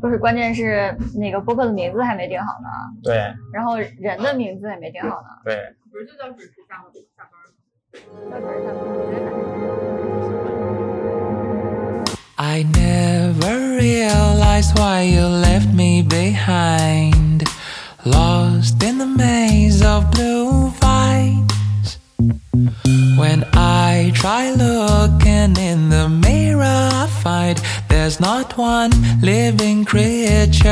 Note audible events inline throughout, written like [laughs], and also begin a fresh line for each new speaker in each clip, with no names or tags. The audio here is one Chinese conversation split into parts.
不是，关键是那个播客的名字还没定好呢，
对
然后人的名字也没定好呢。
对，
不是就叫准时下班下班
到
吗？
时候咱们直接把这个
I never realized why you left me behind. Lost in the maze of blue vines. When I try looking in the mirror, I find there's not one living creature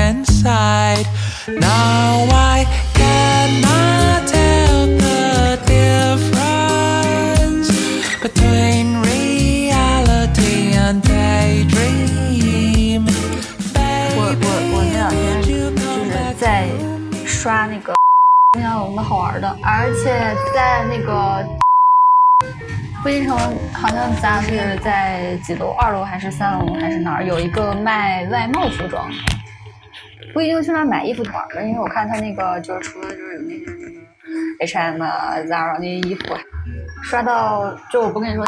inside. Now I cannot tell the difference between reality and daydream.
我我我那两天就
Baby, you come
是
back
在刷那个冰箱有什么好玩的，而且在那个飞机城好像咱是在几楼，二楼还是三楼还是哪儿有一个卖外贸服装，不一定去那儿买衣服团儿的，因为我看他那个就是除了就是有那个什么 H&M 啊、Zara 那些衣服，刷到就我不跟你说。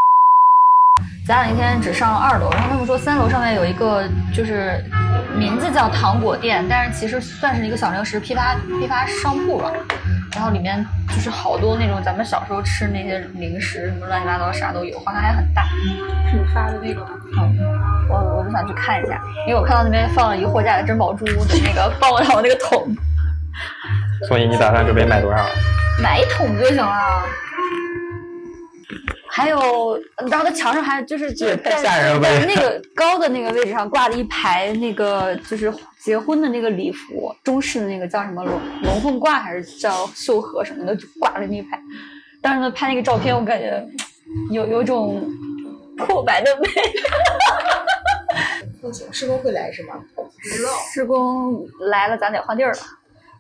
咱俩那天只上二楼，然后他们说三楼上面有一个就是名字叫糖果店，但是其实算是一个小零食批发批发商铺吧。然后里面就是好多那种咱们小时候吃那些零食，什么乱七八糟啥都有，花样还很大。嗯
是你发的那个吗？
我我就想去看一下，因为我看到那边放了一个货架的珍宝珠的那个 [laughs] 放到我那个桶，
所以你打算准备买多少？
买一桶不就行了？还有，然后它墙上还就是
这也太吓人了吧
在在那个高的那个位置上挂了一排那个就是结婚的那个礼服，中式的那个叫什么龙龙凤褂还是叫绣荷什么的，就挂了那一排。当时呢拍那个照片，我感觉有有种破白的美。 [laughs]
施工会来是吗？
不知道，
施工来了，咱得换地儿了。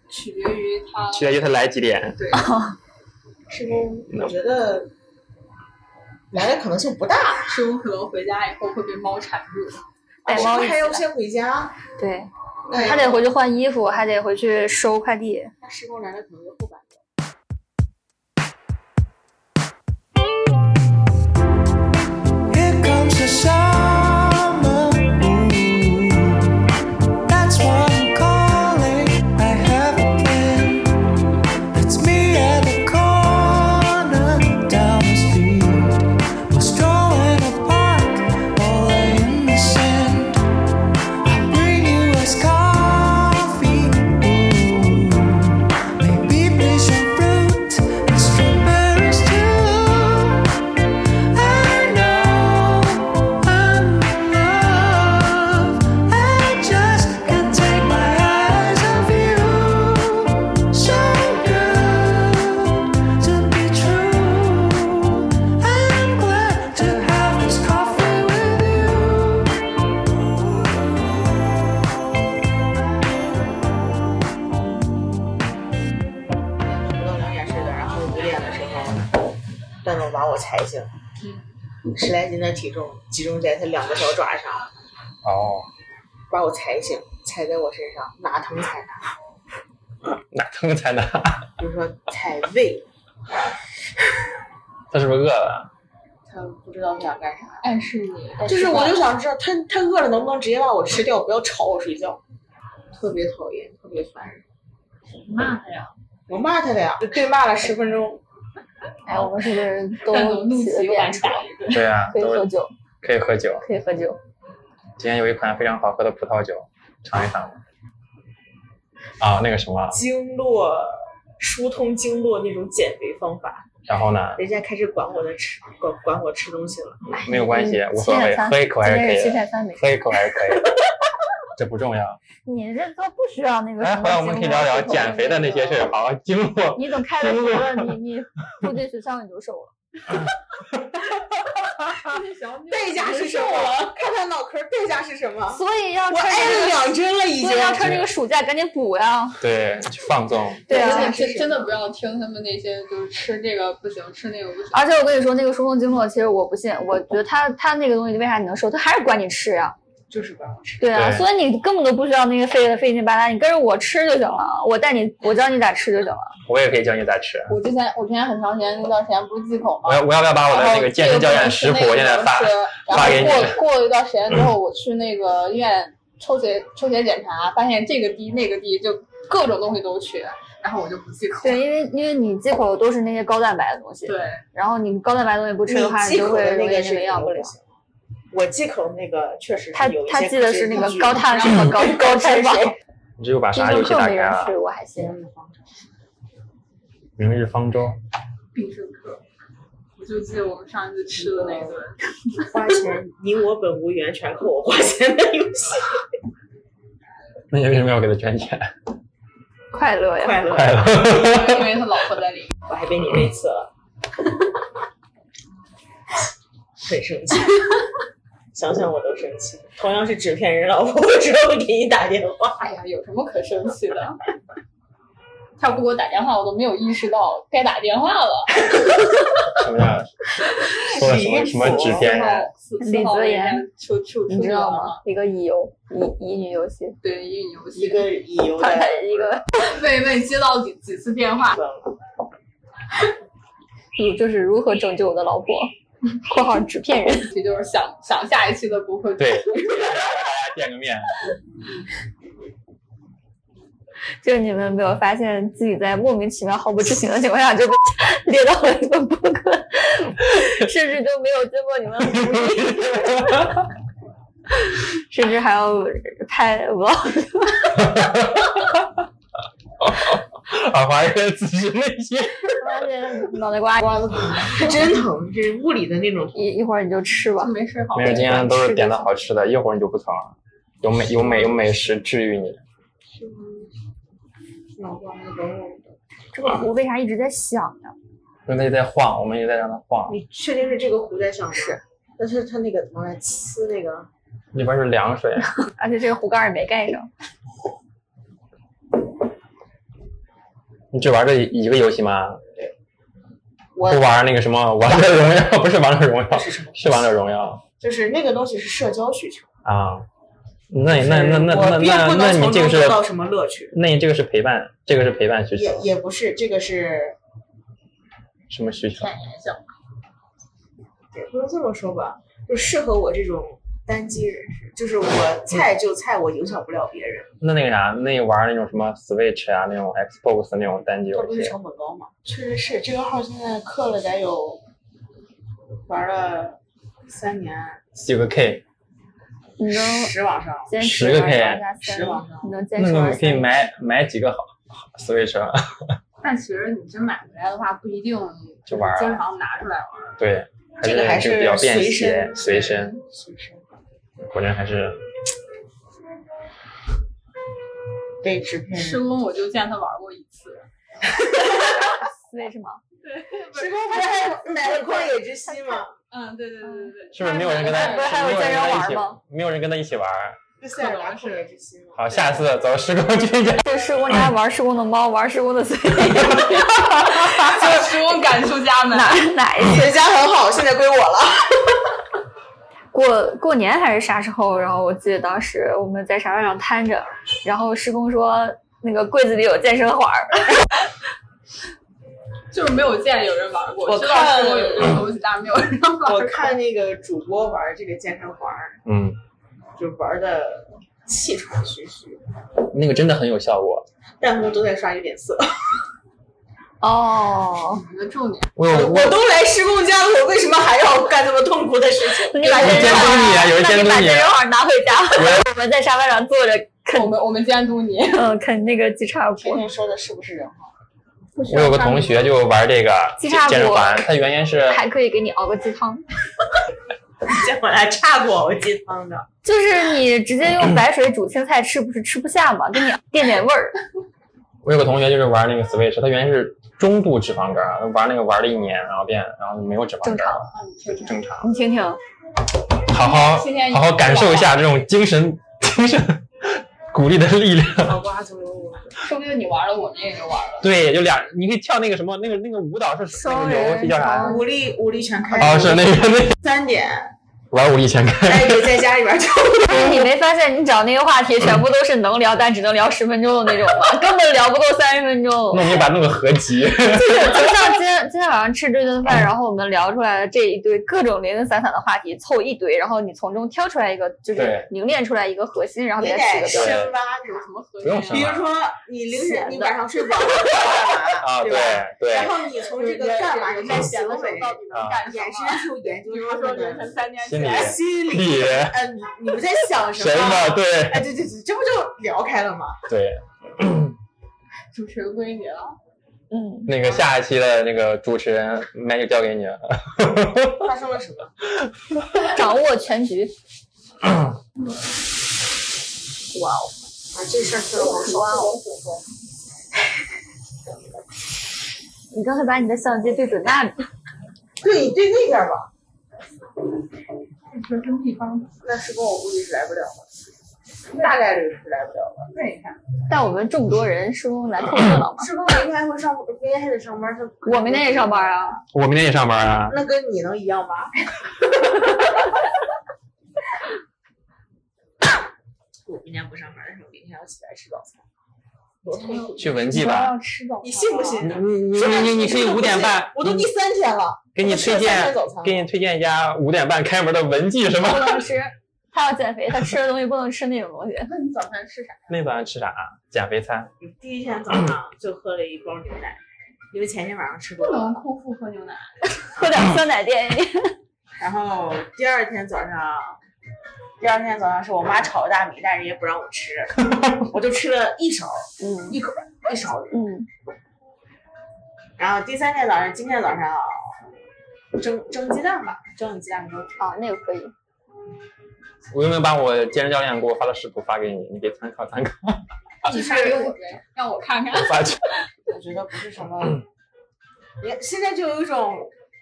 取决于他
取决于他来几点。
对，
施工，我觉得来的可能性 [laughs] 不大。
师傅可能回家以后会被猫缠住。
带猫一起
还要
来。
先回家，
对，
那也
还得回去换衣服，还得回去收快递。
那师傅来了可能就后半夜。
Here comes the summer. Ooh, that's what I'm calling. I have a plan. It's me at the corner down the street. We'll stroll in a park or lay in the sand. I'll bring you us coffee. Ooh, maybe please some fruit and strawberries too. I know I'm in love. I just can't take my eyes off you. So good to be true. I'm glad to have this coffee with you.
不到两点睡的，然后五点的时候，段总把我踩醒，十来斤的体重集中在他两个小爪上，
哦，
把我踩醒，踩在我身上，哪疼踩哪，
哪疼才哪？
就是说踩胃，
他是不是饿了？
他不知道他想干啥。
暗示你，
就是我就想知道他他饿了能不能直接把我吃掉，不要吵我睡觉，特别讨厌，特别烦人。
骂他呀，
我骂他了呀，就对骂了十分钟，
哎，我们是不是
[laughs]
都
但总怒
起了
气又
变
敢
出来？
打一顿。
对啊，
可以喝
都
酒，
可以喝酒。
可以喝酒。
今天有一款非常好喝的葡萄酒，尝一尝吧。啊，那个什么，
经络疏通经络那种减肥方法，
然后呢？
人家开始管我的吃管管我吃东西了。
没有关系，
嗯
无所谓，喝一口还是可
今天是
以
七点
的，
三没事。
喝一口还是可以的，这不重要。
你这都不需要那个
哎，
什
回
么
来我们可以聊聊减肥的那些事儿，。好，
[laughs]
经过
你等开了学了，你你部队学校你就瘦了。
代价是什么？看看脑壳，代价是什么？
[laughs] 所以要
我
趁
挨了
这
两针了，已
个，
经
所以。要趁这个暑假赶紧补呀。
对去放纵，
对
真
啊
的。是真的不要听他们那些，就是吃这个不行，吃那个不行。
而且我跟你说，那个疏通经络，其实我不信，我觉得他他那个东西为啥你能瘦，他还是管你吃呀、
就是管我吃。
对啊，
对
所以你根本都不需要那些费费劲巴拉，你跟着我吃就行了，我带你，我教你咋吃就行了。
我也可以教你咋吃。
我之前我之前很长时间那段时间不是忌口吗
我？要我要不要把我的
哦
然后
那个健身教练食谱
这个
我
不能
现
吃
在发？
那个不能吃
发给你
然后过过了一段时间之后，我去那个医院抽血抽血检查，发现这个低那个低，就各种东西都缺，然后我就不忌口。
对，因为因为你忌口的都是那些高蛋白的东西，
对，
然后你高蛋白的东西不吃的话，
你忌
就
口
会
的
容
那
易
个
那
是
个药
不
不良。
行。我忌口那个确实
他
是有一
他
些
记得是那个高碳水
嗯
和
[laughs]
高高
高
脂肪，
你只有把
星
啥游
星
戏打
课没
开
人
啊？
去，我还行。
明日方舟，
必胜客。我就记得我们上一次吃的那一顿，
花钱，你我本无缘，全靠我花钱的游戏，
[laughs] 那你为什么要给他捐钱？
快乐呀！
快
[laughs]
乐。
快乐。
因为他老婆在里面。
我还被你那次了， [laughs] 很生气。想想我都生气。同样是纸片人老婆，我说我给你打电话，
哎呀，有什么可生气的？他不给我打电话，我都没有意识到该打电话了。
什么呀？说了什么什么纸片人？
四号，
李
四号
泽
位
言
置出出
你
出
知道
了
啊
吗？？一个乙游，乙乙女游戏，
对，英语游戏
一个乙游
他
的
[laughs] 一个
被被接到几几次电话，
乙就是如何拯救我的老婆 [laughs] （括号纸片人
这就是想想下一期的不会
对，见个面，）。
就是你们没有发现自己在莫名其妙、毫不知情的情况下就被 [laughs] 列到了一个博客， [laughs] 甚至就没有经过你们的同意，甚至还要拍 vlog。
[laughs] 耳环是自己内心。
发现脑袋瓜瓜子 [laughs] 疼，
真疼，这是物理的那种。
一一会儿你就吃吧。
没事
[laughs]
好
没。有，今天都是点的好吃的，一会儿你就不疼了。有美有美有美食治愈你。
脑瓜子等我，
这个壶为啥一直在响呀？
因为它一直在晃，我们一直在让它晃，
你确定是这个壶在上吗？
是。
但是它那个怎么来呲那个？
里边是凉水。
而且这个壶盖儿也没盖上。
你只玩这一个游戏吗？
我
不玩那个什么王者荣耀，不是王者荣耀，是王者荣耀
就是那个东西是社交需求。
啊。那那那那
我
那
并
那
不
那
能
你
从
这
中
个是
得到什么乐趣，
那你这个是陪伴，这个是陪伴需求
也，也不是，这个是
什么需求？
也不能这么说吧，就适合我这种单机人士，就是我菜就菜，我影响不了别人。
那那个啥，那玩那种什么 Switch 啊，那种 Xbox 那种单机
这
游
不是
戏，
成本高吗？确实是，这个号现在氪了得有玩了三年，
几个 K，
你能
十往上，
坚持
十个
玩
K
玩下三
嗯十往上。
你能坚
那
持
个
玩
你可以
三
买买几个好好 Switch 啊。
但其实你真买回来的话，不一定
就玩儿啊
经常拿出来玩儿。
对，
这个还
就是比较便
随
携
身
随身，
是是
我觉得还是
被纸
嗯
片人。
施工我就见他玩过一次，
Switch 吗？
是 [laughs] 说他买了旷野之息吗？
嗯，对对对对对，
是不是没有人跟他，
不是还有
没有人
健身
跟他
玩
一起
吗？
没有人跟他一起玩。
就现在玩旷野之息吗？
好，下次走时光机家，
去施工家玩施工的猫，玩施工的 Switch，
把施工赶出家
[laughs]
门。
哪哪一
人家很好，现在归我了。
[laughs] 过过年还是啥时候？然后我记得当时我们在沙发上摊着，然后施工说那个柜子里有健身环儿，
就是没有见有人玩过，
我
知道说有这个东西，但是没有人玩过。
我看那个主播玩这个健身环儿，
嗯，
就玩的气喘吁吁，
那个真的很有效果。
弹幕都在刷有点色。
哦，
我们的重点，
我有我
[laughs] 我都来施工家了，我为什么还要干这么痛苦的事情？
你把
有人
健身
监
环
督你啊有
儿，
人
那
监
你
督
把
你
健身
啊
环儿拿回家。我们在沙发上坐着啃
我们我们监督你。
嗯啃那个鸡叉骨，
天说的是不是人话？
我有个同学就玩这个
鸡叉骨
健身环，他原先是
还可以给你熬个鸡汤。
这我还差过熬鸡汤的，
就是你直接用白水煮青菜吃，不是吃不下吗？给你垫点味儿。
我有个同学就是玩那个 Switch，他原先是中度脂肪肝，玩那个玩了一年，然后变然后就没有脂肪肝了，就正常。哎
你听听，
好好
今天
好好感受一下这种精神 [laughs] 精神鼓励的力量。
脑瓜子有我。
说不定你玩了，我们也就玩了。
[laughs] 对，就俩，你可以跳那个什么，那个那个舞蹈是
双
那个游
人
戏叫啥哦
床？
武力武力全开。
哦，是那个那个
[laughs] 三点，
玩武力全开。
哎，对，在家里边就
你没发现你找那些话题全部都是能聊，但只能聊十分钟的那种 [laughs] 吗？根本聊不够三十分钟。
[laughs] 那我们把弄个合 [laughs] 集，啊
就是就像今天今天晚上吃这顿饭，然后我们聊出来的这一堆各种零零散散的话题凑一堆，然后你从中挑出来一个，就是
对
凝练出来一个核心，然后给
[laughs] 也
它取
得
个标准。
深挖这
有
种。
什么核
不用
心
想
比
啊？
如说你凌晨你
闲的
晚上睡不着，你 [laughs] 干嘛？
啊，对
吧？
对，啊
然后你从
啊
这个干嘛你
在
看
闲
行
的时候
为
到底能干什
延
么？
伸出研究
比如说凌晨三点起
心理
来，
呃心理，
力
嗯，你们在想什
神
么？
嘛，对
哎，对对对，这不就聊开了 [laughs] 吗？
对。
主持人归你了。
嗯，
那个下一期的那个主持人，那就交给你了。
发生了什么？
掌握全局。
啊，这事儿说的好爽
你刚才把你的相机对准那里，
对，对那边吧，
这是地方，
那施工我估计是来不了了，大概率是来不了了。
问一下。
但我们这么多人，是不是来凑热闹嘛？
施工明天会上，明天还得上班，他
我明天也上班。啊，
我明天也上班啊。
那跟你能一样吗？我明天不上班的时候，明天要起来吃早餐，多痛苦！
去文记吧。
要吃早
你信不信？
你你你你可以五点半，
我都第三天了，
给你推荐，
早餐
给你推荐一家五点半开门的文记是
不
吗？
能吃。他要减肥，他吃的东西不能吃那种东西。
那你早餐吃啥？
那早上吃啥？减肥餐。
第一天早上就喝了一包牛奶，因为前天晚上吃多
不能
了。
空腹喝牛奶。
喝点酸奶垫。
然后第二天早上，第二天早上是我妈炒的大米，但是也不让我吃，我就吃了一勺
嗯
一口一勺。
嗯，
然后第三天早上，今天早上蒸蒸鸡蛋吧，蒸了鸡蛋羹。
啊，那个可以。
我有没有把我健身教练给我发的食谱发给你？你可以参考参考。
你发给我呗，让我看看。
我发去。
我觉得不是什么，也现在就有一种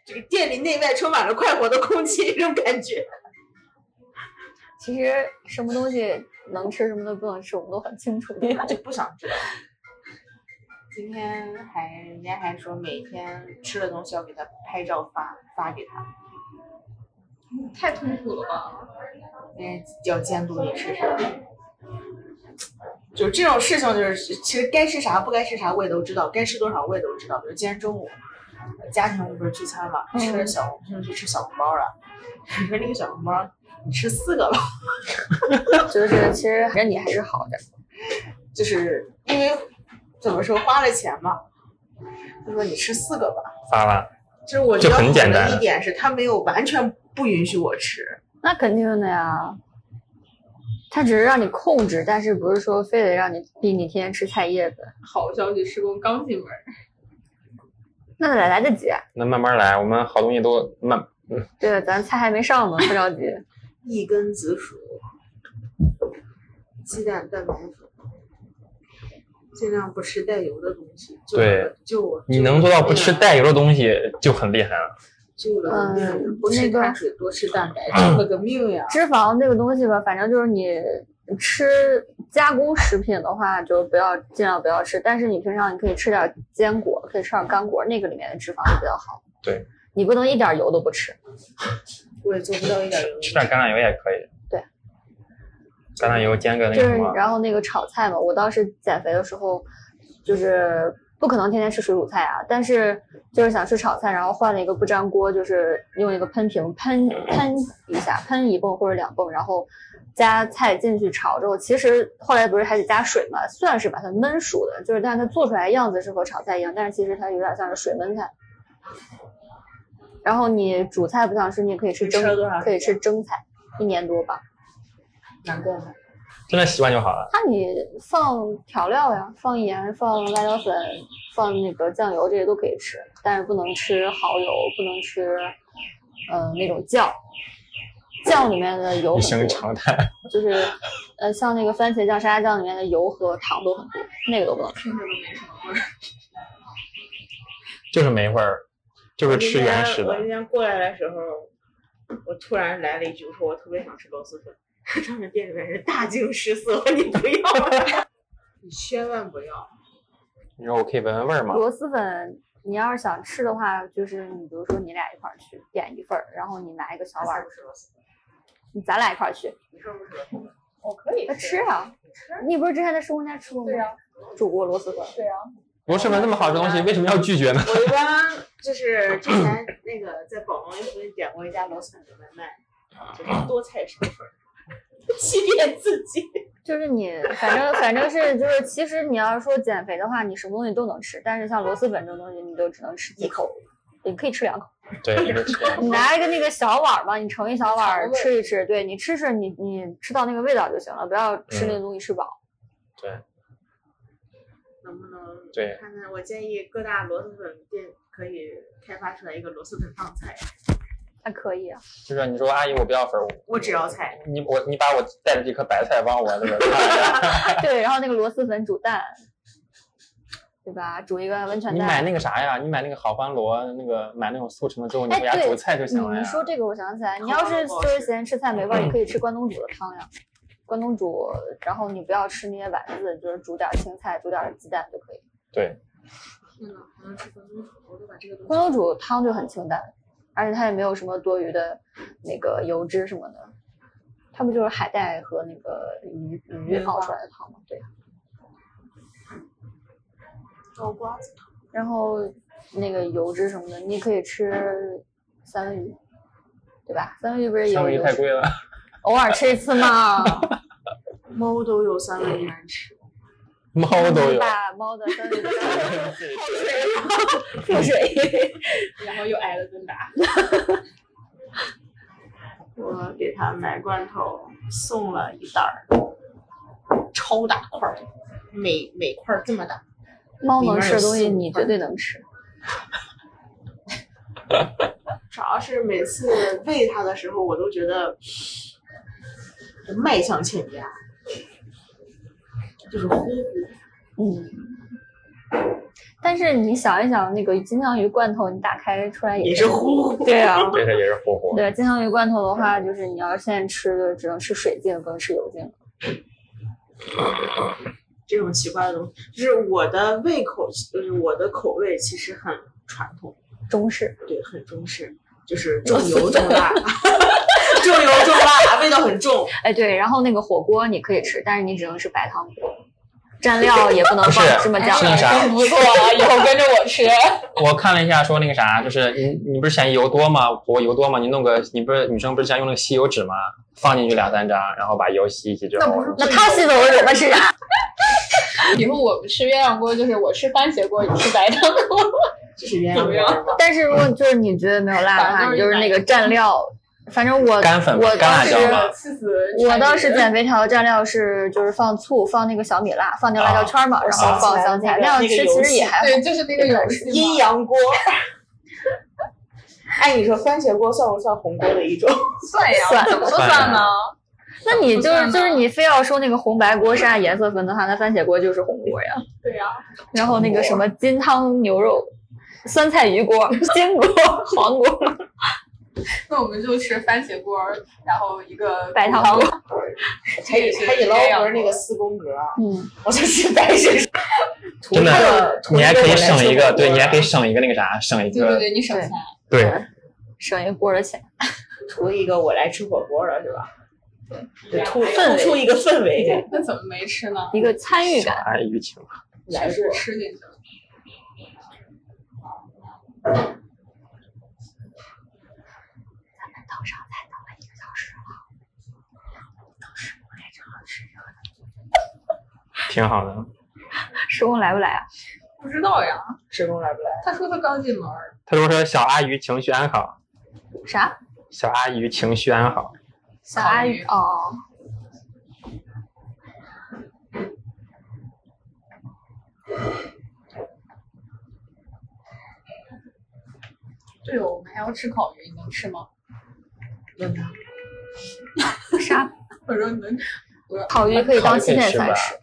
这个店里内外充满了快活的空气，这种感觉。
其实什么东西能吃，什么都不能吃，我们都很清楚的。
就不想知道。今天还人家还说每天吃的东西要给他拍照发发给他，
太痛苦了吧？
人家要监督你吃啥。就这种事情，就是其实该吃啥不该吃啥我也都知道，该吃多少我也都知道。比如今天中午家庭不是聚餐嘛，吃小红就去吃小红包了。 [laughs] 你说那个小红包你吃四个吧，
就是其实人你还是好的。
就是因为怎么说花了钱嘛，他说你吃四个吧。
[laughs] 发了。
就是我觉得
就很
好
简
的
单
一点是，他没有完全不允许我吃，
那肯定的呀，他只是让你控制，但是不是说非得让你逼你天天吃菜叶子？
好消息，施工刚进门。
那哪来得及啊？
那慢慢来，我们好东西都慢。
对，啊咱菜还没上呢，不着急。
一根紫薯，鸡蛋蛋白粉，尽量不吃带油的东西。就
对，
就我
你能做到不
啊
吃，带油的东西就很厉害了。
就我的命
嗯
不吃
那个
碳水，多吃蛋白，这么个命呀。
脂肪这个东西吧，反正就是你吃加工食品的话，就不要尽量不要吃。但是你平常你可以吃点坚果，可以吃点干果，那个里面的脂肪会比较好。
对，
你不能一点油都不吃。
我也做不到一点油。
吃点橄榄油也可以。
对。
橄榄油煎个那
就
个
是
什么，
然后那个炒菜嘛，我当时减肥的时候，就是不可能天天吃水煮菜啊，但是就是想吃炒菜，然后换了一个不粘锅，就是用一个喷瓶喷喷一下，喷一泵或者两泵，然后加菜进去炒之后，其实后来不是还得加水嘛，算是把它焖熟的，就是但是它做出来样子是和炒菜一样，但是其实它有点像是水焖菜。然后你煮菜不想吃，你也可以吃
你
蒸
吃了多啊长，时
可以吃
间
蒸菜，一年多吧。
难怪呢。
真的习惯就好了。
那你放调料呀，放盐、放辣椒粉、放那个酱油，这些都可以吃，但是不能吃蚝油，不能吃，呃，那种酱，酱里面的油
一
很
生
多，
常态。
就是，呃，像那个番茄酱、沙拉酱里面的油和糖都很多，那个都不能吃。
听着都没什么味儿。
就是没味儿，就是吃原始
我今天我
的
今。天过来的时候，我突然来了一句，我说我特别想吃螺蛳粉。他们店里面人大惊失色，你不要， [laughs] 你千万不要。
你说我可以闻闻味儿吗？
螺蛳粉，你要是想吃的话，就是你比如说你俩一块儿去点一份儿，然后你拿一个小碗儿，
是螺蛳粉，
咱俩一块儿去，
我可以
那吃啊。你不是之前在叔公家吃过吗？
对啊，
煮过螺蛳粉。
对啊，
螺蛳粉那么好吃的东西，为什么要拒绝呢？
我一般就是之前那个在宝龙附近点过一家螺蛳粉的外卖，就是多菜少粉， [laughs] 欺骗自己。
就是你，反正反正是就是，其实你要说减肥的话，你什么东西都能吃，但是像螺蛳粉这种东西，你都只能吃几口，你可以吃两口。
对，就是这样
你拿一个那个小碗儿嘛，你盛一小碗
调
儿
味
吃一吃，对你吃吃，你你吃到那个味道就行了，不要吃
嗯
那个东西吃饱。
对
能不能
对，
看看？我建议各大螺蛳粉店可以开发出来一个螺蛳粉放菜，
还可以啊， [laughs]
就是你说阿姨我不要粉儿，
我只要菜。
你我你把我带的这颗白菜帮我那个
对，然后那个螺蛳粉煮蛋，对吧？煮一个温泉
你买
蛋。
那个啥呀？你买那个好欢螺，那个买那种速成的之后，你
哎
回家
对
煮菜就
你
行了呀嗯
你。说这个，我想起来，你
好
要是
好
就是
吃
嫌吃菜没味儿，你可以吃关东煮的汤呀。关东煮，然后你不要吃那些丸子，就是煮点儿青菜，煮点儿鸡蛋就可以。
对，
天呐，好像吃关东煮，我都把这个东西
关东煮汤就很清淡，而且它也没有什么多余的那个油脂什么的，它不就是海带和那个鱼鱼
鱼
熬
花
出来的汤吗？对。
烧瓜子。
然后那个油脂什么的，你可以吃三文鱼，对吧？三文鱼不是也
三
有
文鱼
油
太
脂，
贵了，
偶尔吃一次嘛。
猫都有三文鱼难吃，
[laughs] 猫都
[laughs]
有。
把猫的三文鱼
[laughs]
腹水， [laughs] 然后又挨了顿打。
我给他买罐头，送了一袋儿，超大块儿，每每块儿这么大。
猫能吃的东西，
里面有四五
你绝对能吃。
主要是每次喂它的时候，我都觉得卖相欠佳，就是呼
嗯，但是你想一想，那个金枪鱼罐头，你打开出来
也
也
是呼呼。
对啊，
对，它也是火火。
对，金枪鱼罐头的话，就是你要现在吃，就只能吃水浸，不能吃油浸。
这种奇怪的东西，就是我的胃口，就是我的口味其实很传统，
中式，
对，很中式，就是重油重辣， [laughs] 重油重辣，味道很重。
哎，对，然后那个火锅你可以吃，但是你只能吃白汤锅，蘸料也不能
不
放
是
芝麻酱
是。那啥
真不错，啊以后跟着我吃。
我看了一下，说那个啥，就是你你不是嫌油多吗？我油多吗？你弄个，你不是女生不是嫌用那个吸油纸吗？放进去两三张，然后把油吸一吸之后，
那他吸走了我们是啥？ [laughs]
以后我们吃鸳鸯锅，就是我吃番茄锅，你吃白汤锅。
这是鸳
怎
鸯
么
锅
样
吗？
但是如果就是你觉得没有辣的
反
话，
正
你就是那个蘸料，反正我
干粉吧
我
干
当
辣
时
椒吧
[laughs] 气死！
我当时减肥调蘸料是就是放醋，放那个小米辣，放点
啊
辣椒圈嘛，然后放香啊菜，那样吃其实也还好。
对，就是那个有戏嘛
阴阳锅。 [laughs] 哎，你说番茄锅算不算红锅的一种？
算呀，
算
怎么不
算
算
呀
呢？
那你就
不算
是
吗
就是你非要说那个红白锅是按颜色分的话，那番茄锅就是红锅呀。
对呀，
然后那个什么金汤牛肉、酸菜鱼锅、金锅、黄锅，
那我们就吃番茄锅，然后一个
白
骨
汤
汤
锅。
还以还以捞回那个四宫格，
嗯，
[laughs] 我就是白水 [laughs] 水。
真的，
图
你
一个
还可以省一个，对你还可以。
[laughs] 图一个我来吃火锅
省一个那个啥，省一
对对
个
对，你省钱。
对，
省一锅的钱。
图一个我来吃火锅了，是吧？
对
突突出一个氛围
那怎么没吃呢？
一个参与感，
爱舆情。
来
是
过。
吃进去了。
啊啊
挺好的。
施工来不来啊？
不知道呀，
职工来不来？
他说他刚进门儿，
他说说小阿姨情绪安好，
啥？
小阿姨情绪安好。
小阿
烤鱼
哦，
对哦，我们还要吃烤鱼，你能吃吗？
问他。
啥？
我说你能吃，
烤鱼可以
烤
当
鱼可
欺
以
骗
吃吧
餐吃。？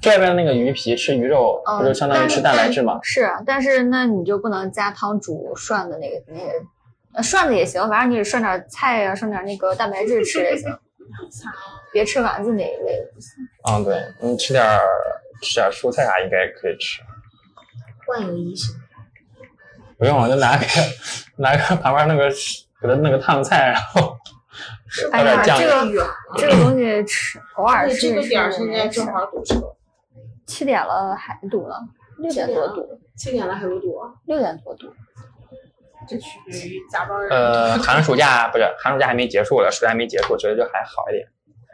这边那个鱼皮吃鱼肉，
嗯
不就相当于吃蛋白质吗？
是，啊但是那你就不能加汤煮涮的那个那个，呃涮的也行，反正你涮点菜啊，涮点那个蛋白质吃也行，别吃丸子那一类的。
嗯，对，你吃点儿吃点儿蔬菜啥啊应该可以吃。
万有一心。
不用，我就拿个拿个旁边那个给它弄个烫菜，然后倒
哎
点
呀，
酱
这
油。
个这个东西吃偶尔
对
吃
这
一
个
吃
点儿
也
现
没
在
事
正好堵车，
七点了还堵呢，六点多堵，
七点了还不堵，
六点多堵。
这取决于加班人。
[laughs] 呃，寒暑假不是寒暑假还没结束了，暑假还没结束，觉得就还好一点。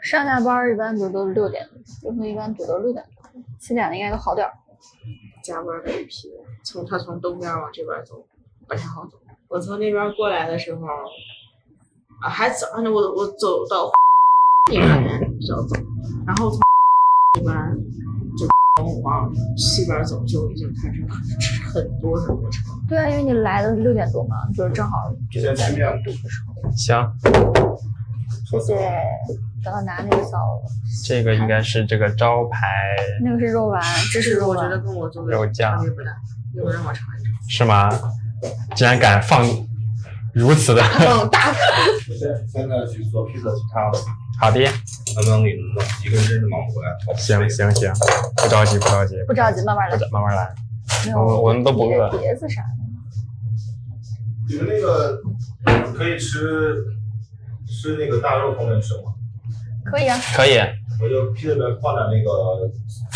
上下班儿一般堵都是六点，为什么一般堵都是六点多？七点的应该都好点儿。
加班的一批，从他从东边往这边走，不太好走。我从那边过来的时候，啊，还早呢，我我走到那边比较早，然后从那边就往西边走，就已经开始很多很多车。
对啊，因为你来的六点多嘛，就是正好这个在堵的时候。
行，
谢谢，刚刚拿那个小，
这个应该是这个招牌
那个是肉丸，这是肉
我
丸
觉。得跟我做的
肉
差
酱
别不大，一会儿让我尝一尝。
是吗？竟然敢放如此的
嗯，大
我现在现在去做披萨去看了，
[laughs] 好的，
能不能给你弄一个人真是忙不过来。好
[laughs] 行行行，不着急不着急，
不着急，慢慢
不
来
着。慢慢来。
没
我
有
我们都不饿
碟碟子啥的，
你们那个可以吃吃那个大肉方面吃吗？
可以啊。
可以，
我就披萨里面放点那个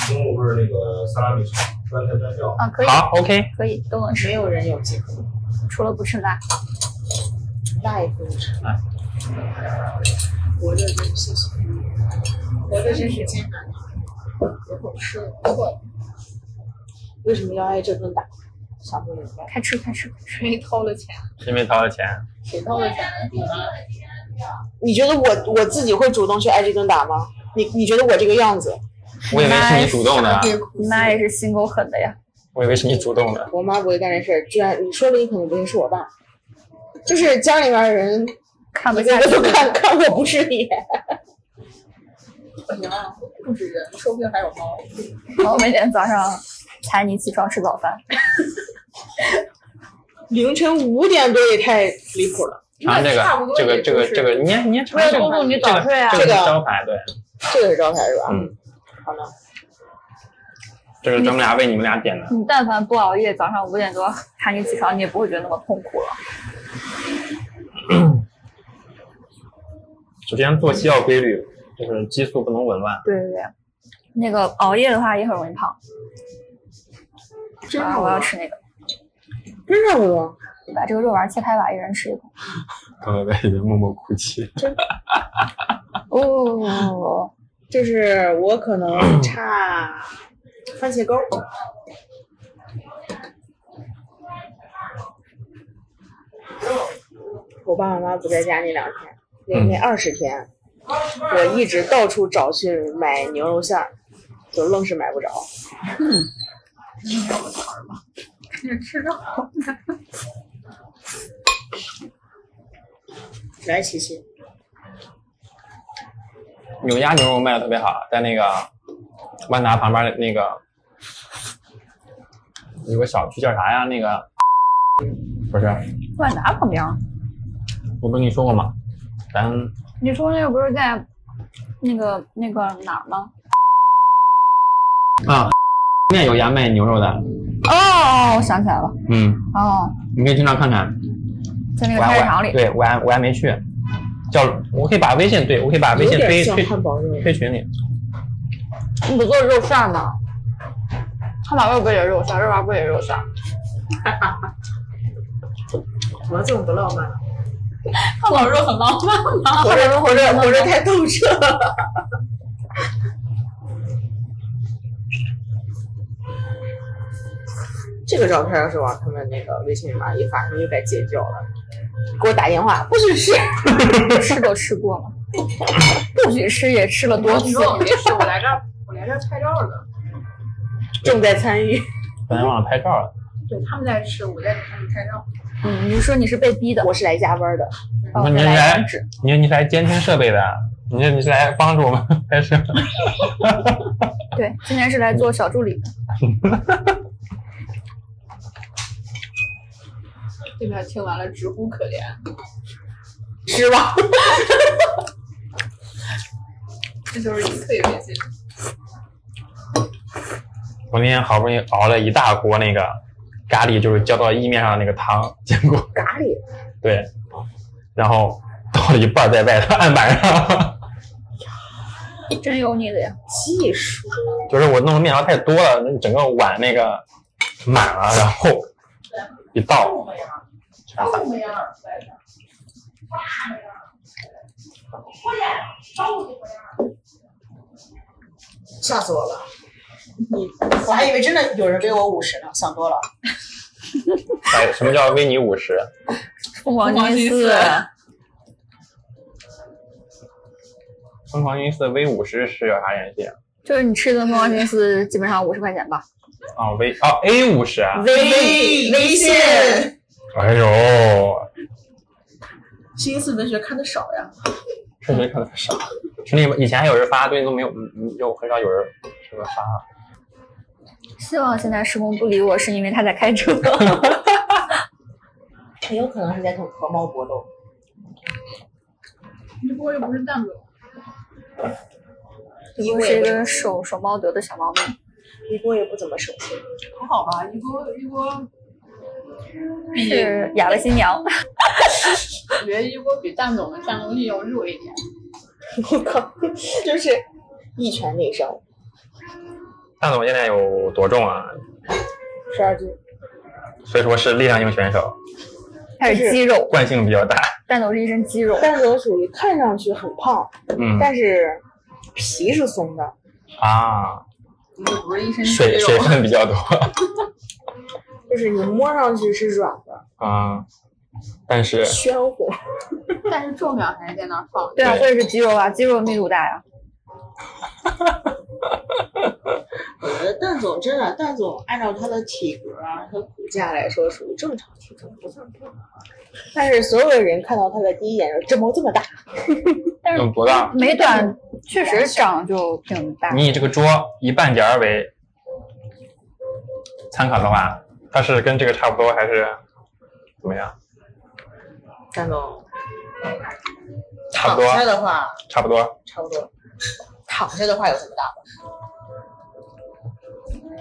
中国味儿那个萨拉米肠，酸菜蘸料。
啊，可以，
好，OK，
可以都能吃，
没有人有忌口，
除了不吃辣。
辣也不能吃
哎。
活着真是幸福，活着真是艰难。有口吃了，困了。为什么要挨这顿打？想不明白。
快吃，快吃，快吃！
谁偷了钱？
因为掏了钱，
谁掏的钱？你觉得我我自己会主动去挨这顿打吗？你你觉得我这个样子？
我以为是你主动的，啊
你妈也是心够狠的呀。
我以为是你主动的。
我妈不会干这事儿，居然你说了，你可能不信，是我爸。就是家里面的人
看不
一个
下去
个，都看看我不顺眼。
不行啊，不止人，说不定还有猫。
[laughs] 然后每天早上喊你起床吃早饭，
凌晨五点多也太离谱了，
尝这个
差不，多
这个，这个，这个，你也你也尝这个，这
为了公
个这
共你
个
早睡啊
这个是
这个
招牌，对，
这个是招牌是吧？
嗯，
好的，
这是咱们俩为你们俩点的。
嗯
你但凡不熬夜，早上五点多喊你起床，你也不会觉得那么痛苦了。
首先作息要规律，就是激素不能紊
[laughs]
乱。
对对对，那个熬夜的话也很容易胖。
真
啊，我要吃那个，
真差不多。
你把这个肉丸切开吧，一人吃一口。
刚才在里面默默哭泣。
哦，
这是我可
[clears throat]
能差番茄膏，我爸爸妈妈不在家那两天，那
嗯
那二十天，我一直到处找去买牛肉馅儿，就愣是买不着。你吃着。来，琪琪，
有鸭牛肉卖的特别好，在那个万达旁边的那个有个小区叫啥呀？那个不是，
万达旁边儿，
我不跟你说过吗？咱
你说那个不是在那个那个哪儿吗？
啊，面有鸭卖牛肉的，
哦哦，我想起来了，
嗯，
哦，
你可以经常看看。
在那
我
个菜
还
市
我
场
还
里。
对我还我还没去，叫我可以把微信对我可以把微
有
信推
点像
推
汉堡肉。
推群里。
你不做肉馅儿吗？汉堡肉不也是肉馅儿，肉丸不也是肉馅儿？
怎么这么不浪漫？
汉堡肉很浪漫吗？
活着活着活着太透彻了。 [laughs] 这个照片要是往他们那个微信里面一发，他们就该截教了。给我打电话，不许吃。
吃都吃过了，不许吃也吃了多次。
我别吃，我来这儿，我来这儿拍照的。
重在参与，
本来忘了拍照
哦
了，
对，他们在吃，我在给他们拍照。
嗯，你说你是被逼的，
我是来加班的。
哦
那你
再来
来
一张纸。
你你是来监听设备的，啊你这你是来帮助我们拍摄。
对，今天是来做小助理的。
这边听完了直呼可怜，
失望。
[laughs] 这就是一退微信。
[laughs] 我那天好不容易熬了一大锅那个咖喱，就是浇到意面上的那个汤，结果
咖喱，
对，然后到了一半在外头案板上， [laughs]
真有你的呀！
技术
就是我弄的面条太多了，那整个碗那个满了，然后一倒全散。
吓死我了！你我还以为真的有人给我五十呢，想多了。
哎，什么叫维尼五十？
凤凰
凰
金
金
丝哎
丝，
疯狂音四 V 五十是有啥联系啊？
[laughs] 就是你吃一顿凤凰金丝，基本上五十块钱吧。
啊 V 啊 A 五十啊！
微微微信，
哎呦，
新一次文学看的少呀，
确实看的少。群里以前还有人发，最近都没有，嗯嗯就很少有人这个发。
希望现在施工不理我，是因为他在开 [laughs] 车。
很有可能是在同和猫搏斗。
你这锅又不是蛋饼，
我是一个手手猫得的小猫咪。
一锅也不怎么熟，
[laughs]
还好吧？一锅一锅
嗯
比
是哑巴新娘，
我觉得一锅比蛋总的战斗力要弱一点。
我靠，就是一拳内伤，
蛋总现在有多重啊？
十二斤。
所以说是力量型选手，
它是肌肉，
惯性比较大。
但都是一身肌肉。
蛋总属于看上去很胖，
嗯
但是皮是松的。
啊，
你就不是一身肌
水水
肉，
分比较多 [laughs]
就是你摸上去是软的，
啊，但是
暄乎。
但是重量还是在那儿放
[laughs]
着。
对啊，
对
所以是肌肉啊，肌肉密度大呀、
我觉得蛋总真的，蛋总按照他的体格啊和骨架来说，属于正常体重，不算胖。啊
但是所有的人看到他的第一眼就是这么这么大，
但是
有多大？
美短确实长就挺大，
你以这个桌一半截儿为参考的话，它是跟这个差不多还是怎么样？
蛋总
差
躺
不多，
下的话，
差不多。
差不多。躺下的话有这么大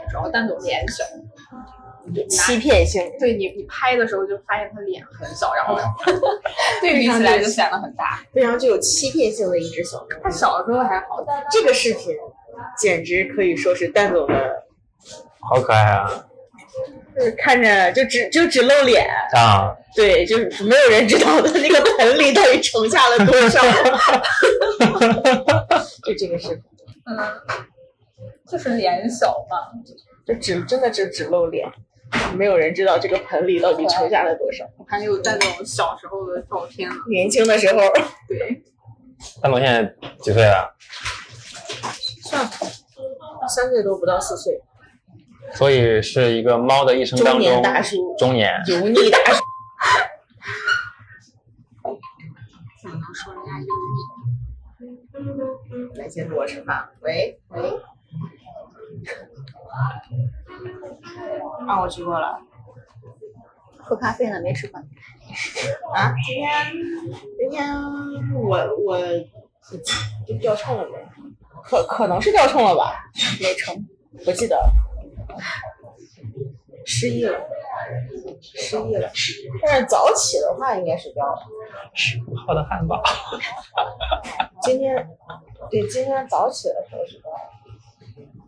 主要蛋总脸小，
欺骗性。
对你你拍的时候就发现他脸很小，然后
哦
[laughs] 对比起来就显得很大。
非常具有欺骗性的一只小
他
猫。
小的时候还好，
这个视频简直可以说是蛋总的，
好可爱啊！
就是看着就只就只露脸，
啊，
对，就是没有人知道他那个盆里到底盛下了多 [laughs] 少。就这个视频，
嗯，就是脸小嘛。
就只真的就只露脸，没有人知道这个盆里到底盛下了多少。
我还有蛋总小时候的照片呢，
年轻的时候，
对，
蛋总现在几岁了？
他三岁多不到四岁，
所以是一个猫的一生当中
中年大叔，
中年
油腻大叔。
怎么能说人家油腻？
来监督我吃饭。喂喂，啊，我去过了
喝咖啡呢，没吃饭。
啊，今天
今天我我就掉秤了没？可可能是掉秤了吧？没称，不记得了。失忆了，失忆了。但是早起的话应该是掉了。
泡的汉堡。 [laughs]
今天，对，今天早起的时候是掉了。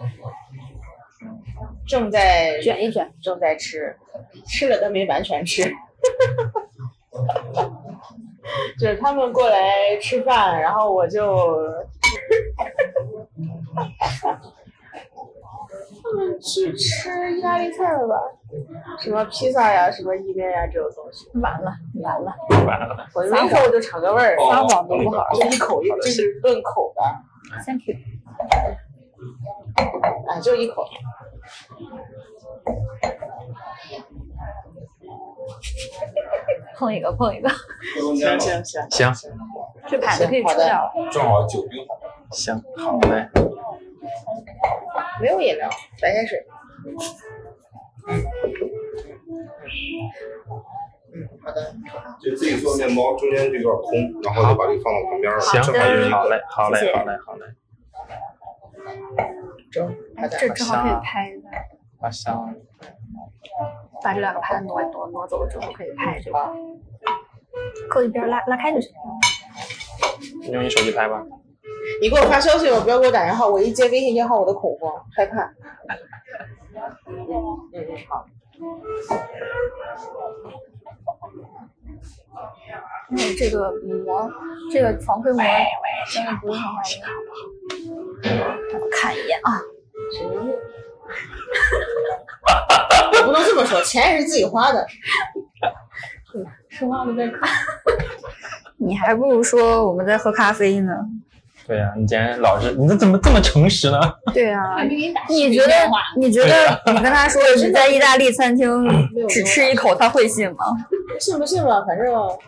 嗯，正在
卷一卷，
正在吃，吃了但没完全吃。 [laughs] 就是他们过来吃饭，然后我就 [laughs] 他们去吃意大利菜了吧？什么披萨呀，什么意面呀这种东西，
完了，完了，
完了，
我就一口就尝个味儿，
撒
谎都不好
就一口一口，就是论口的，
，thank you。
哎，就一口。
碰一个，碰一个，
行行行，
行
[laughs] 这牌子可以吃掉。
正好酒冰好。
行，好嘞。
没有饮料，白开水。
就自己做面包，中间这段空，然后就把这个放到旁边了，
行，
正好就是一
好
个
嘞，好嘞，
谢谢
好嘞，好嘞。
好的，
这正好可以拍一下。
花香，
把这两个拍子挪一挪，挪走了之后可以拍这个，扣一边拉拉开就行。
你用你手机拍吧。
你给我发消息吧，不要给我打电话，我一接微信电话我都恐慌害怕。嗯嗯好。
嗯，这个膜，这个防窥膜真的不是很好用。让我看一眼啊，
我不能这么说，钱也是自己花的。
是忘了在看。
你还不如说我们在喝咖啡呢。
对呀、你竟然老是，你这怎么这么诚实呢？
对啊，
给你打
你
视
觉
频
得
电话
你觉
啊
得你跟他说你在意大利餐厅只吃一口，他会信吗？
信不信吧，反正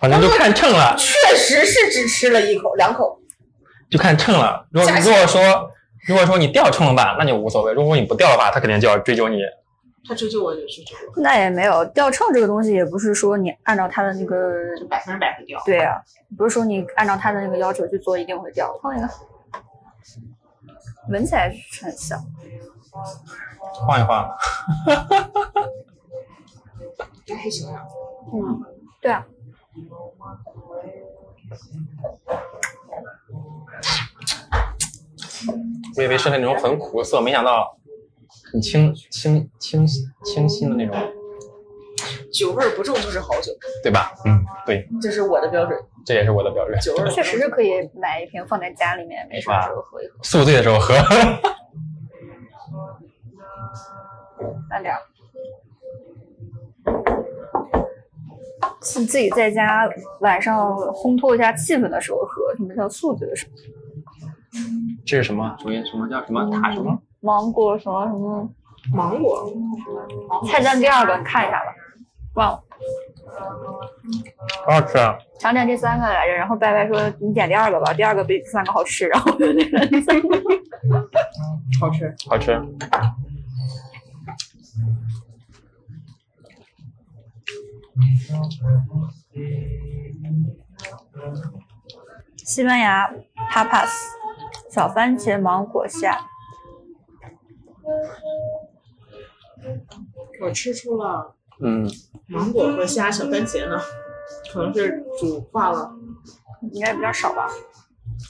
反正就看秤了，
确实是只吃了一口两口。
就看秤了。如果
假
如果说如果说你掉秤了吧，那就无所谓；如果你不掉的话，他肯定就要追究你。
他追究我就追究我，
那也没有，掉秤这个东西也不是说你按照他的那个，
就百分之百会掉。
对啊，不是说你按照他的那个要求去做一定会掉。我碰一个，闻起来是很香。
晃一晃，
哎
这还行啊，
嗯，对啊，
我以为是那种很苦涩，没想到很清清清清新的那种，
酒味儿不重就是好酒，
对吧？嗯，对，
这是我的标准。
这也是我的标准。
酒味儿
确实是可以买一瓶放在家里面，没事的时候喝一喝，
宿醉的时候喝，
慢点儿。是自己在家晚上烘托一下气氛的时候喝，什么叫宿醉的时候？
这是什么？什么什么叫什么塔什么？
芒果什么什么
芒果，
菜单第二个，你看一下吧。忘了，
好好吃啊！
强点这三个来着，然后拜拜说你点第二个吧，第二个比第三个好吃，然后我就点了第三个。 [laughs]
好吃。
好吃。
西班牙 tapas 小番茄芒果虾，
我吃出了
嗯，
芒果和虾小番茄呢，可能是煮化了。
应该比较少吧？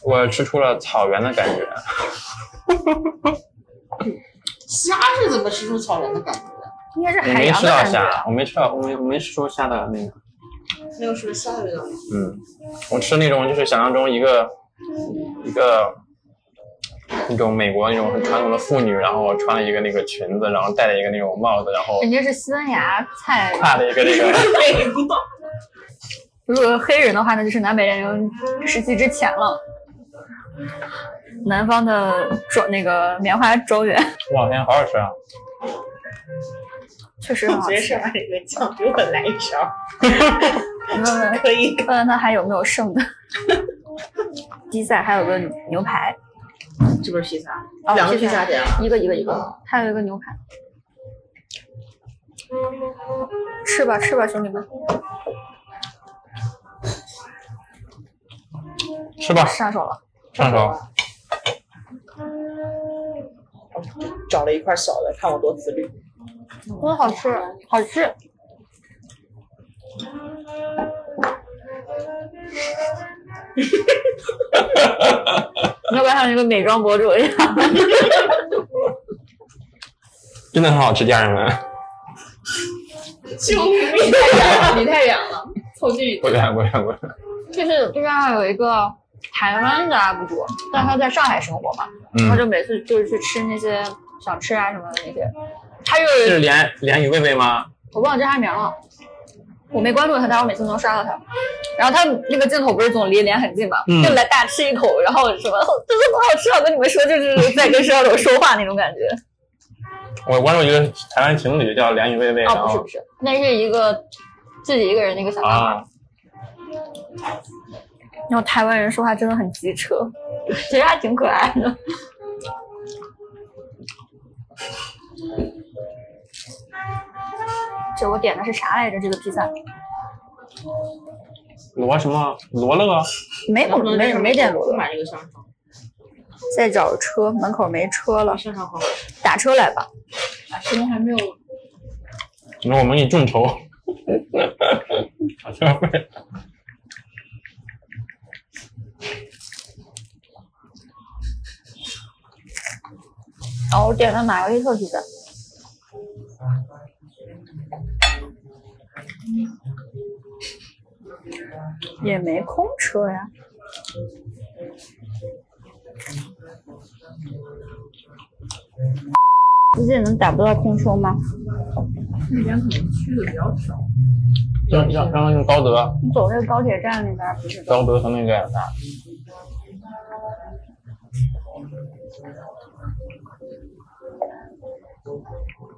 我吃出了草原的感觉。
虾是怎么吃出草原的感觉的？
应该是
我
海
没
洋
吃
的
到
感
虾啊
觉。，
我没吃到，我没我没吃出虾的那个。
那个是虾的味道。
嗯，我吃那种就是想象中一个一个那种美国那种很传统的妇女，然后穿了一个那个裙子，然后戴了一个那种帽子，然后
人家是西班牙菜，
挎了一个那个。
[laughs] 美国，
如果黑人的话，那就是南北战争时期之前了。南方的庄那个棉花庄 [laughs] 园
哇，天，好好吃啊！
确实很好
直接
吃
上，把里面酱给我来一勺，
你问问
可以。
问问他还有没有剩 [laughs] 的。比赛还有个牛排，
这不是披萨，
哦
两个
披
披
萨
萨点啊。
一个一个一个，还有一个牛排。吃吧吃吧，兄弟们，
吃吧，
上手了。
上手。
找了一块小的，看我多自律。
嗯，好吃，好吃。要不要像一个美妆博主一样？
真的很好吃，家人们。
救命！你太 [laughs] 远了，你太远了，凑近一点。
我远，我远，我远。
就是这边儿有一个台湾的 UP 主，但他在上海生活嘛，他
嗯，
就每次就是去吃那些小吃啊什么的那些，他就是
连连雨薇薇吗？
我忘了叫啥名了，我没关注他，但我每次能刷到他。然后他那个镜头不是总离脸很近嘛，
嗯
就来大吃一口，然后什么 [laughs] 哦这是很好吃啊，我跟你们说，就是在跟摄像头说话那种感觉。
[laughs] 我关注一个台湾情侣叫连雨薇薇，然
哦，不是
后
不是，那是一个自己一个人的一个小男孩。
啊，
然后台湾人说话真的很机车，其实还挺可爱的。这我点的是啥来着？这个披萨
罗什么罗勒？啊
哎没有没没点罗勒，
买了一个香肠。
再找个车，门口没车了，
上上好。
打车来吧。
啊，说明还没有
那我们给你众 [laughs] 筹。
然哦后我点了玛格丽特披萨，也没空车呀。最近能打不到空车吗？
让让让用高德，
你走那个高铁站那边不是都
高德和那个啥，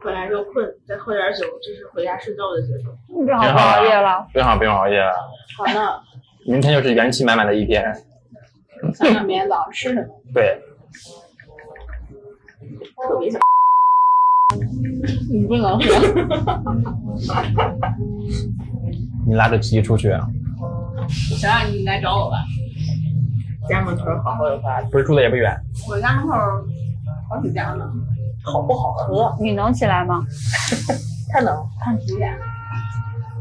本来就困，再喝点酒，这是回家睡觉的节奏。
你正好
挺
不
好啊
熬夜了，
不用好不用熬夜了，
好，那
明天就是元气满满的一天。
想想明天早上吃什么。
对，
特别想。
你不能喝，
你拉着皮出去啊，
行啊，你来找我吧。
家门口好好的话，
不是住的也不远。
我家门口好几家呢，
好不好
嗯
喝？
你能起来吗？
他能
看几啊点？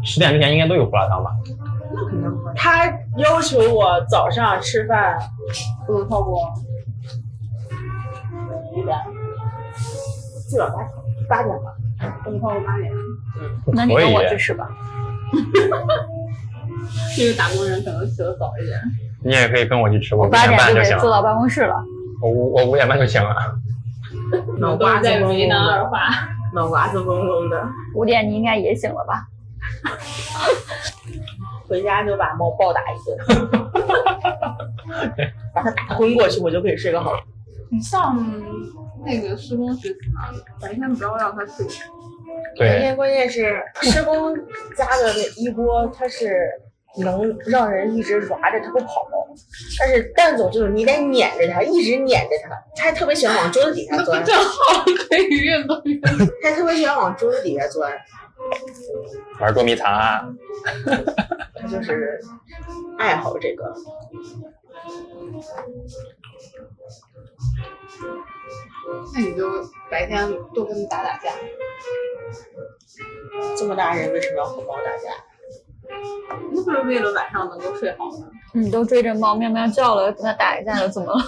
十点之前应该都有胡辣汤吧？
那肯定不能。
他要求我早上吃饭不能超过一点，最晚八点八点吧，不能超过八点。
那你
可
跟
以
我支持吧。
这个打工人可能起得早一点。
你也可以跟我去吃，我五
八
点
点
半就
得
行
坐
了，
到办公室了。
我五我五点半就行了。
脑
都
瓜
是
子
在
嗡
为
嗡
难二
的，
话。
脑瓜子嗡嗡的，
五点你应该也醒了吧？
回家就把猫暴打一顿，
[laughs]
把它打昏过去，我就可以睡个好。
你上那个施工学习嘛，白天不要让他睡。
关
嗯
对，
键关键是
施工家的那一锅，它是能让人一直抓着它不跑，但是蛋总就是你得撵着它，一直撵着它，它还特别喜欢往桌子底下
那不
钻，
[laughs] 正好可以运动运动？
它还特别喜欢往桌子底下钻，
玩捉迷藏啊，
它就是爱好这个。
那你就白天多跟他打打架。
这么大人为什么要和猫打架？
那不是为了晚上能够睡好吗？
你都追着猫喵喵叫了，跟它打一架又怎么了？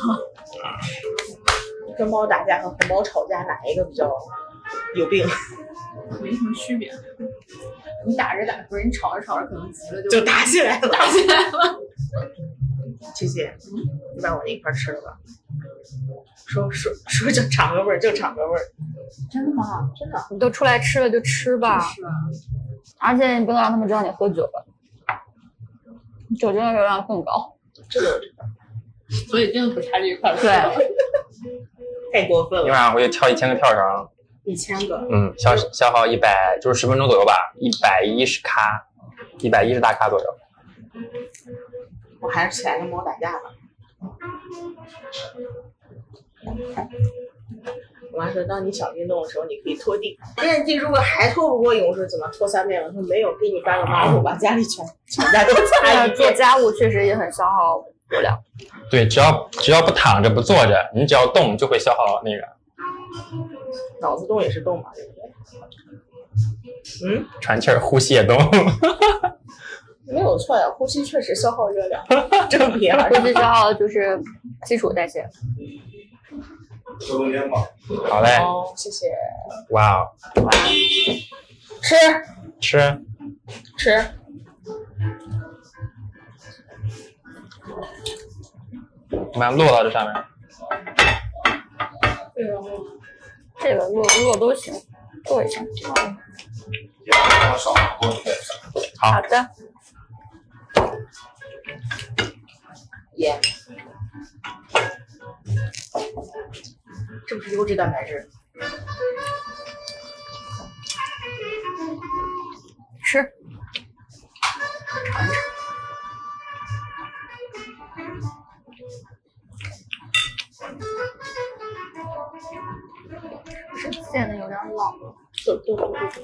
跟猫打架和和猫吵架哪一个比较有病？
没什么区别。你打着打着，不是你吵着吵着，可能急了就
就打起来了。
打起来了。
[laughs] 琪琪，你把我那一块儿吃了吧。说说说就尝个味儿，就尝个味儿。
真的吗？真的。
你都出来吃了就吃吧，
是啊。
而且你不能让他们知道你喝酒了，酒精的热量更高。
这个
所以真的不差这一块儿。
对
太过分
今
了，
晚上回去跳一千个跳绳，
一千个。
嗯，消消耗一百，就是十分钟左右吧，一百一十卡，一百一十大卡左右。
我还是起来跟猫打架吧。我妈说，当你想运动的时候，你可以拖地。那你如果还拖不过瘾，我说怎么拖三遍了？她说没有，给你干个抹布，把家里全全家都擦
那
一
做
遍。
家务确实也很消耗热量。
对，只要只要不躺着不坐着，你只要动就会消耗那个
脑子动也是动嘛，对不对？嗯，
喘气儿，呼吸也动。
没有错呀，呼吸确实消耗热量， [laughs] 正啊比而
呼
言
吸消耗就是基础代谢。
过冬天嘛，
[laughs] 好嘞，
哦，谢谢。
哇哦，
吃
吃，
吃，
我们落到这上面。
对然后
这个落落都行，做一下。
也不能少，过冬天
好的，
耶！这不是优质蛋白质，
吃。是现的有点老了，
对对对对。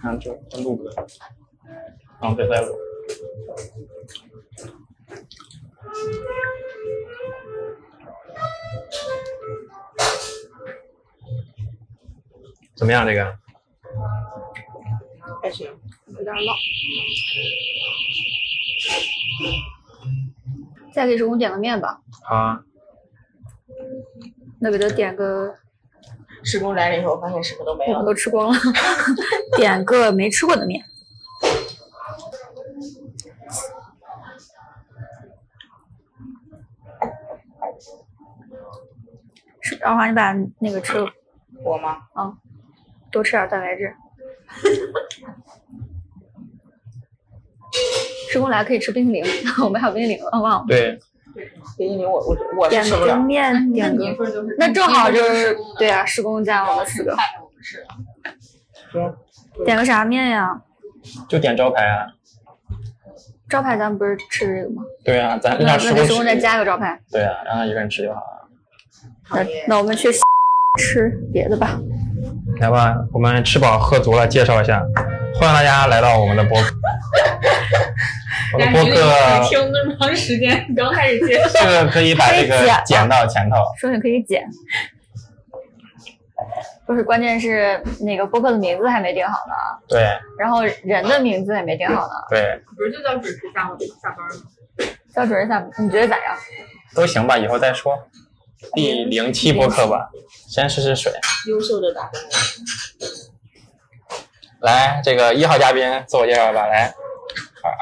看这这录个，然后再再录。怎么样？这个
还行，
再给手工点个面吧，
好啊，
那给他点个，哎
施工来了以后，发现什么都没
我
有
们
了。
都吃光了， [laughs] 点个没吃过的面。吃，然后你把那个吃了，
我吗？
多吃点蛋白质。施工来可以吃冰淇淋， [laughs] 我们还有冰淇淋了，忘了。
对，
林依林，我我我是
点
吃不
个
了。
面，
哎那
点
你一
个，
份就是
那正好就是对
啊，
啊，施工加我们四个，
看着我们吃的，
点个啥面呀？
就点招牌啊。
招牌咱们不是吃这个吗？
对啊，咱
那
让
那
施
给
工
施工再
吃。
加个招牌。
对啊，让他一个人吃就好了。
那那我们去吃别的吧。
来吧，我们吃饱喝足了，介绍一下，欢迎大家来到我们的播客。我的播 [laughs] 客
听那么长时间，刚开始接
这个可以把这个剪啊到前头。
说你可以剪。不是，关键是那个播客的名字还没定好呢，
对
然后人的名字也没定好呢。
对，
不是就叫准时下下班吗？
叫主任下，你觉得咋样？
都行吧，以后再说。第零期播客吧，先试试水。
优秀的打工人，
来，这个一号嘉宾自我介绍吧，来，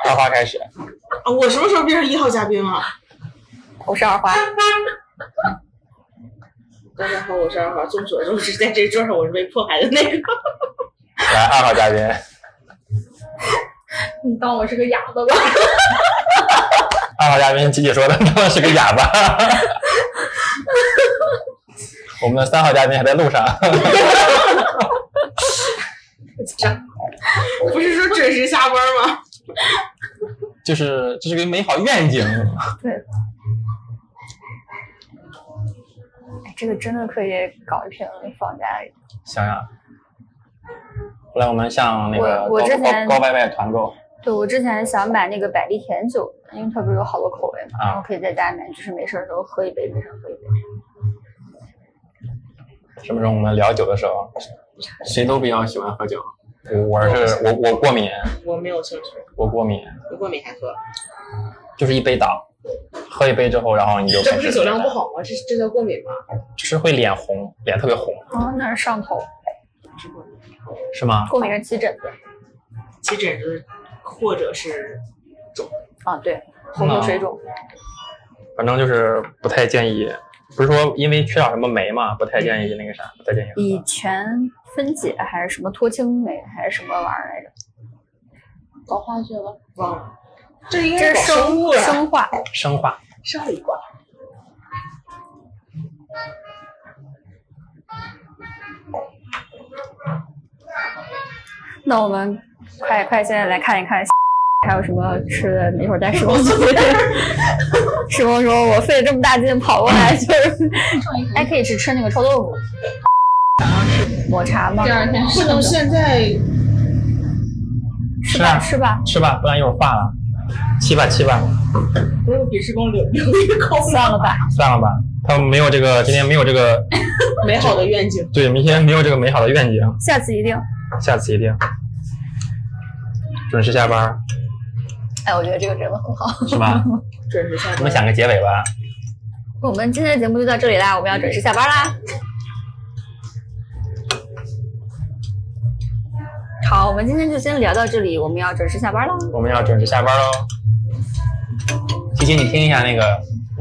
二二话开始。
啊，我什么时候变成一号嘉宾了？
我是二花，
大家好，我是二号。众所周知，在这桌上我是被迫害的那个。
来，二号嘉宾，
[laughs] 你当我是个哑巴吧？
[laughs] 二号嘉宾吉吉说的当然是个哑巴。
[laughs]
我们的三号嘉宾还在路上。
不是说准时下班吗？
就是这是个美好愿景。
哎这个真的可以搞一瓶放家里。
想想，后来我们向那个
我我
高
之前
高高歪歪团购
对，我之前想买那个百利甜酒，因为它不是有好多口味嘛，然后可以在家里面就是没事儿的时候喝一杯，没事儿喝一杯。
什么时候我们聊酒的时候，谁都比较喜欢喝酒。我我是我我过敏，
我没有兴趣，
我过敏，
我过敏还喝，
就是一杯倒，喝一杯之后，然后你就
这
开
不
始
是酒量不好吗？这这叫过敏吗？
就是会脸红，脸特别红，
哦，那是上头，
是吗？
过敏是起疹子。
起疹子，或者是
啊，对，红头水肿。
反正就是不太建议，不是说因为缺少什么酶嘛，不太建议那个啥，不太建议
乙
喝。
醛分解还是什么脱氢酶还是什么玩意儿来着？
搞化学了，
忘了。这应
这
该
是
是搞生
生
物啊，
生化。
生化，
生理吧？
那我们快快现在来看一看还有什么吃的，一会儿带 [laughs] 师公去。师公说：“我费了这么大劲跑过来，就是
上一
哎，可以只吃那个臭豆腐，然后是抹茶吗
第？二天
不
上
能
的
现在
吃吧，吃吧，
吃吧，不然一会儿化了。七吧七吧，
不用比施工留留一口
算了吧。
算了吧，他没有这个今天没有这个
美好的愿景。
对，明天没有这个美好的愿景，
下次一定。
下次一定准时下班儿，
哎，我觉得这个真的很好。
是吧？
准时下
我们想个结尾吧，
我们今天的节目就到这里啦，我们要准时下班啦。好，我们今天就先聊到这里，我们要准时下班啦。
我们要准时下班喽。提醒你听一下那个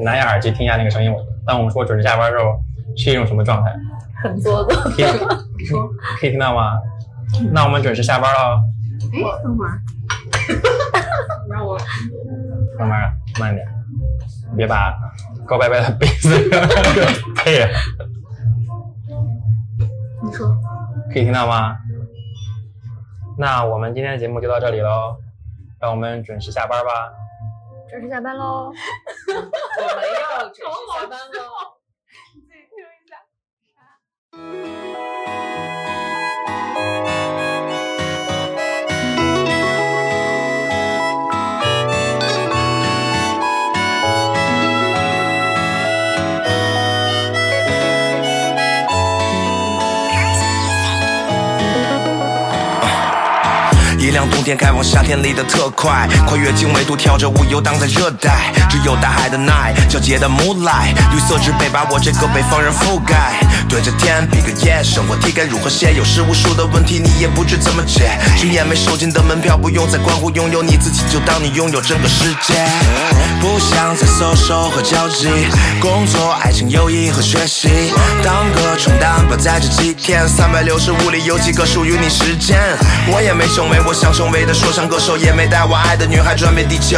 蓝牙耳机，听一下那个声音。我当我们说准时下班的时候，是一种什么状态？
很做作，
可以可以听到吗？那我们准时下班喽。哎，等会儿，让我慢慢儿慢点，别把高白白的杯子配了。
你说
可以听到吗？那我们今天的节目就到这里喽，让我们准时下班吧。
准时下班
我
喽。
们要准时下班喽。
自己听一下。
一辆冬天开往夏天里的特快，跨越经纬度，跳着舞游荡在热带，只有大海的 night，皎洁的 moonlight，绿色植被把我这个北方人覆盖。对着天比个耶，生活题该如何写？有时无数的问题你也不知怎么解。去年没收进的门票不用再关乎拥有你自己，就当你拥有整个世界。不想再 social 和交际，工作、爱情、友谊和学习，当个蠢蛋吧，在这几天，三百六十五里有几个属于你时间？我也没成为我想成为的说唱歌手，也没带我爱的女孩转遍地球。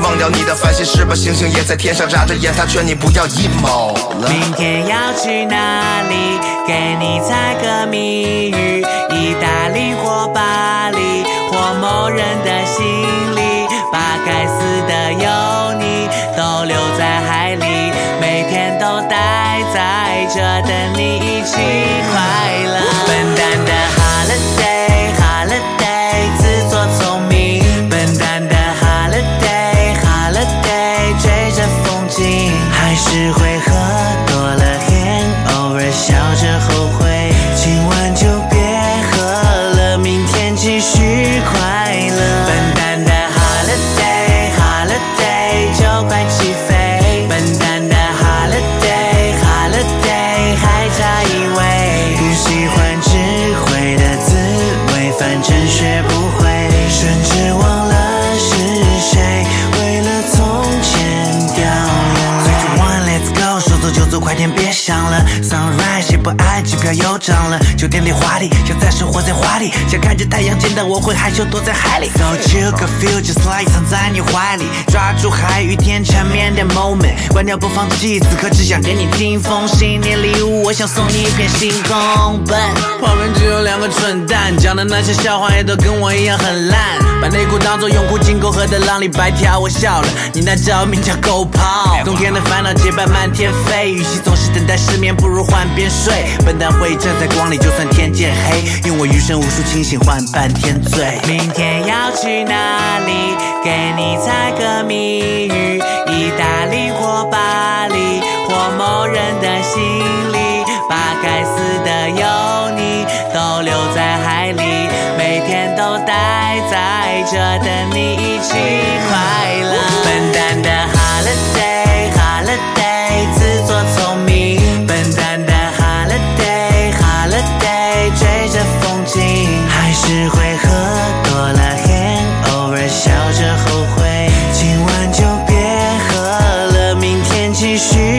忘掉你的烦心事吧，星星也在天上眨着眼，他劝你不要 emo 了。
明天要去哪里？给你猜个谜语，意大利或巴黎，或某人的心里，把该死的油腻都留在海里，每天都待在这，等你一起快乐。笨蛋的 holiday holiday，自作聪明，笨蛋的 holiday holiday，追着风景，还是会喝多了 hand，偶尔笑着后悔，今晚就别喝了，明天继续快乐。笨蛋的 holiday holiday，就快起飞，笨蛋的 holiday holiday，还差一位，不喜欢吃亏的滋味，反正学不会，甚至忘了是谁为了从前掉眼泪。Three, two, one, let's go，说走就走，快点别想了。Sunrise 也不爱，机票又涨了。酒店里华丽，想暂时活在华丽，想看着太阳见到我会害羞躲在海里。So chill, g o feel just like 藏在你怀里，抓住海与天缠绵的 moment，关掉播放器，此刻只想给你听风。新年礼物，我想送你一片星空。But 旁边只有两个蠢蛋，讲的那些笑话也都跟我一样很烂。把内裤当做泳裤，进沟河的浪里白条，我笑了。你那招名叫狗刨。冬天的烦恼结伴漫天飞，与其总是等待失眠，不如换边睡。笨蛋会站在光里，就算天渐黑，用我余生无数清醒换半天醉。明天要去哪里？给你猜个谜语，意大利或巴黎，或某人的心里，把该死的油腻都留在海里，每天都待在这，等你一起快乐。笨蛋的 holiday holiday，自作聪明，笨蛋的 holiday holiday，追着风景，还是会喝多了 hand，偶尔笑着后悔，今晚就别喝了，明天继续